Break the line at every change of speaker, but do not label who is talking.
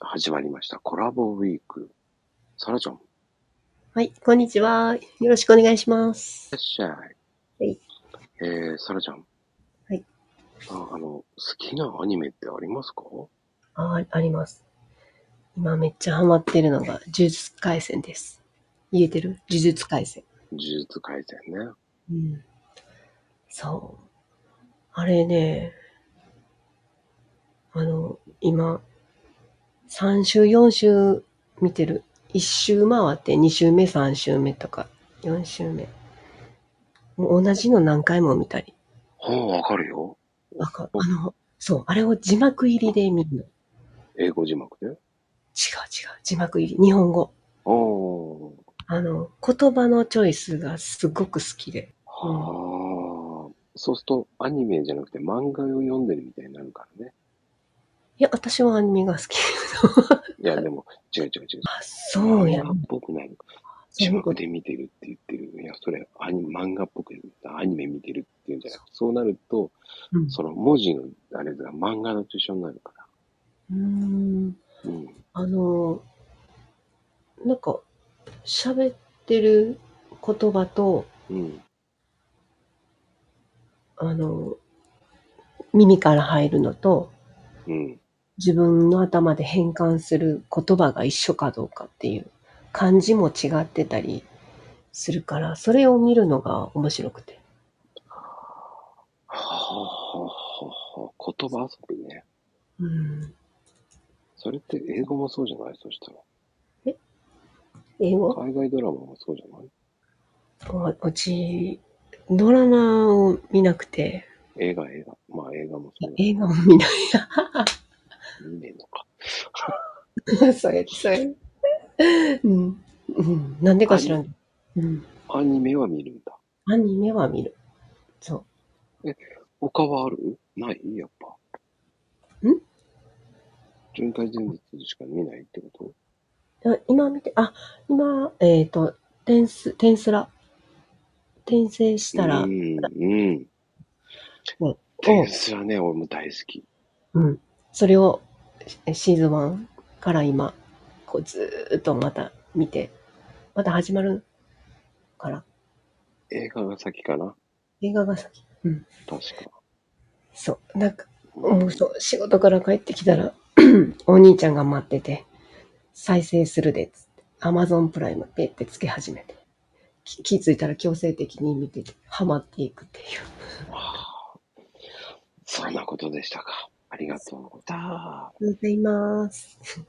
始まりました。コラボウィーク。さらちゃん、い
はい、こんにちは。よろしくお願いします。。
らっしゃい。はいえー、さらちゃん。
はい。
ああの、好きなアニメってありますか
ああ、あります。今めっちゃハマってるのが、呪術廻戦です。言えてる呪術廻戦。
呪術廻戦ね。
うん。そう。あれね、あの、今、3週、4週見てる。1週回って、2週目、3週目とか、4週目。もう同じの何回も見たり。
ほう、わかるよ。
わかあの、そう、あれを字幕入りで見るの。
英語字幕で。
違う違う。字幕入り。日本語。
おー。
あの、言葉のチョイスがすごく好きで。
はあ。そうすると、アニメじゃなくて漫画を読んでるみたいになるからね。
いや、私はアニメが好き。
いや、でも、違う違う違う。
あ、そうや
漫画っぽくないのか。字幕で見てるって言ってる。いや、それ、アニ漫画っぽく言ったアニメ見てるって言うんじゃなくて、そうなると、
うん
その文字のあれが漫画のと一緒になるか
うーん。
ら。うん。
あの、なんか、喋ってる言葉と、
うん。
あの、耳から入るのと、
うん。
自分の頭で変換する言葉が一緒かどうかっていう、漢字も違ってたりするから、それを見るのが面白くて。
はあ、はあ、はあ、言葉遊びね。
うん。
それって英語もそうじゃないそしたら。
英語
海外ドラマもそうじゃないう
ち、ドラマを見なくて、
映画、映画。まあ映画もそうだ
映画を見ない。
見ねえのか。
そうや、そうや。うん。うん。なんでか知らん。うん。
アニメは見るんだ。
アニメは見る。そ
他はあるないやっぱ。
ん
巡回前日しか見ないってこと
う。あ今見て、あ、今、えっ、と、転す、転すら。転生した
う
ら、うん。
ん、うん。
うん
テスラね、俺も大好き。
それを、シシーズン1から今、こうずーっとまた見て、また始まるから、
映画が先かな
映画が先。
確か。
そう。なんか、もうそう、仕事から帰ってきたら、 お兄ちゃんが待ってて、再生するで、つって、アマゾンプライムペってつけ始めて、き気づいたら強制的に見てて、ハマっていくっていう。
はあそんなことでしたか。ありがとうございます。
ありがとうございます。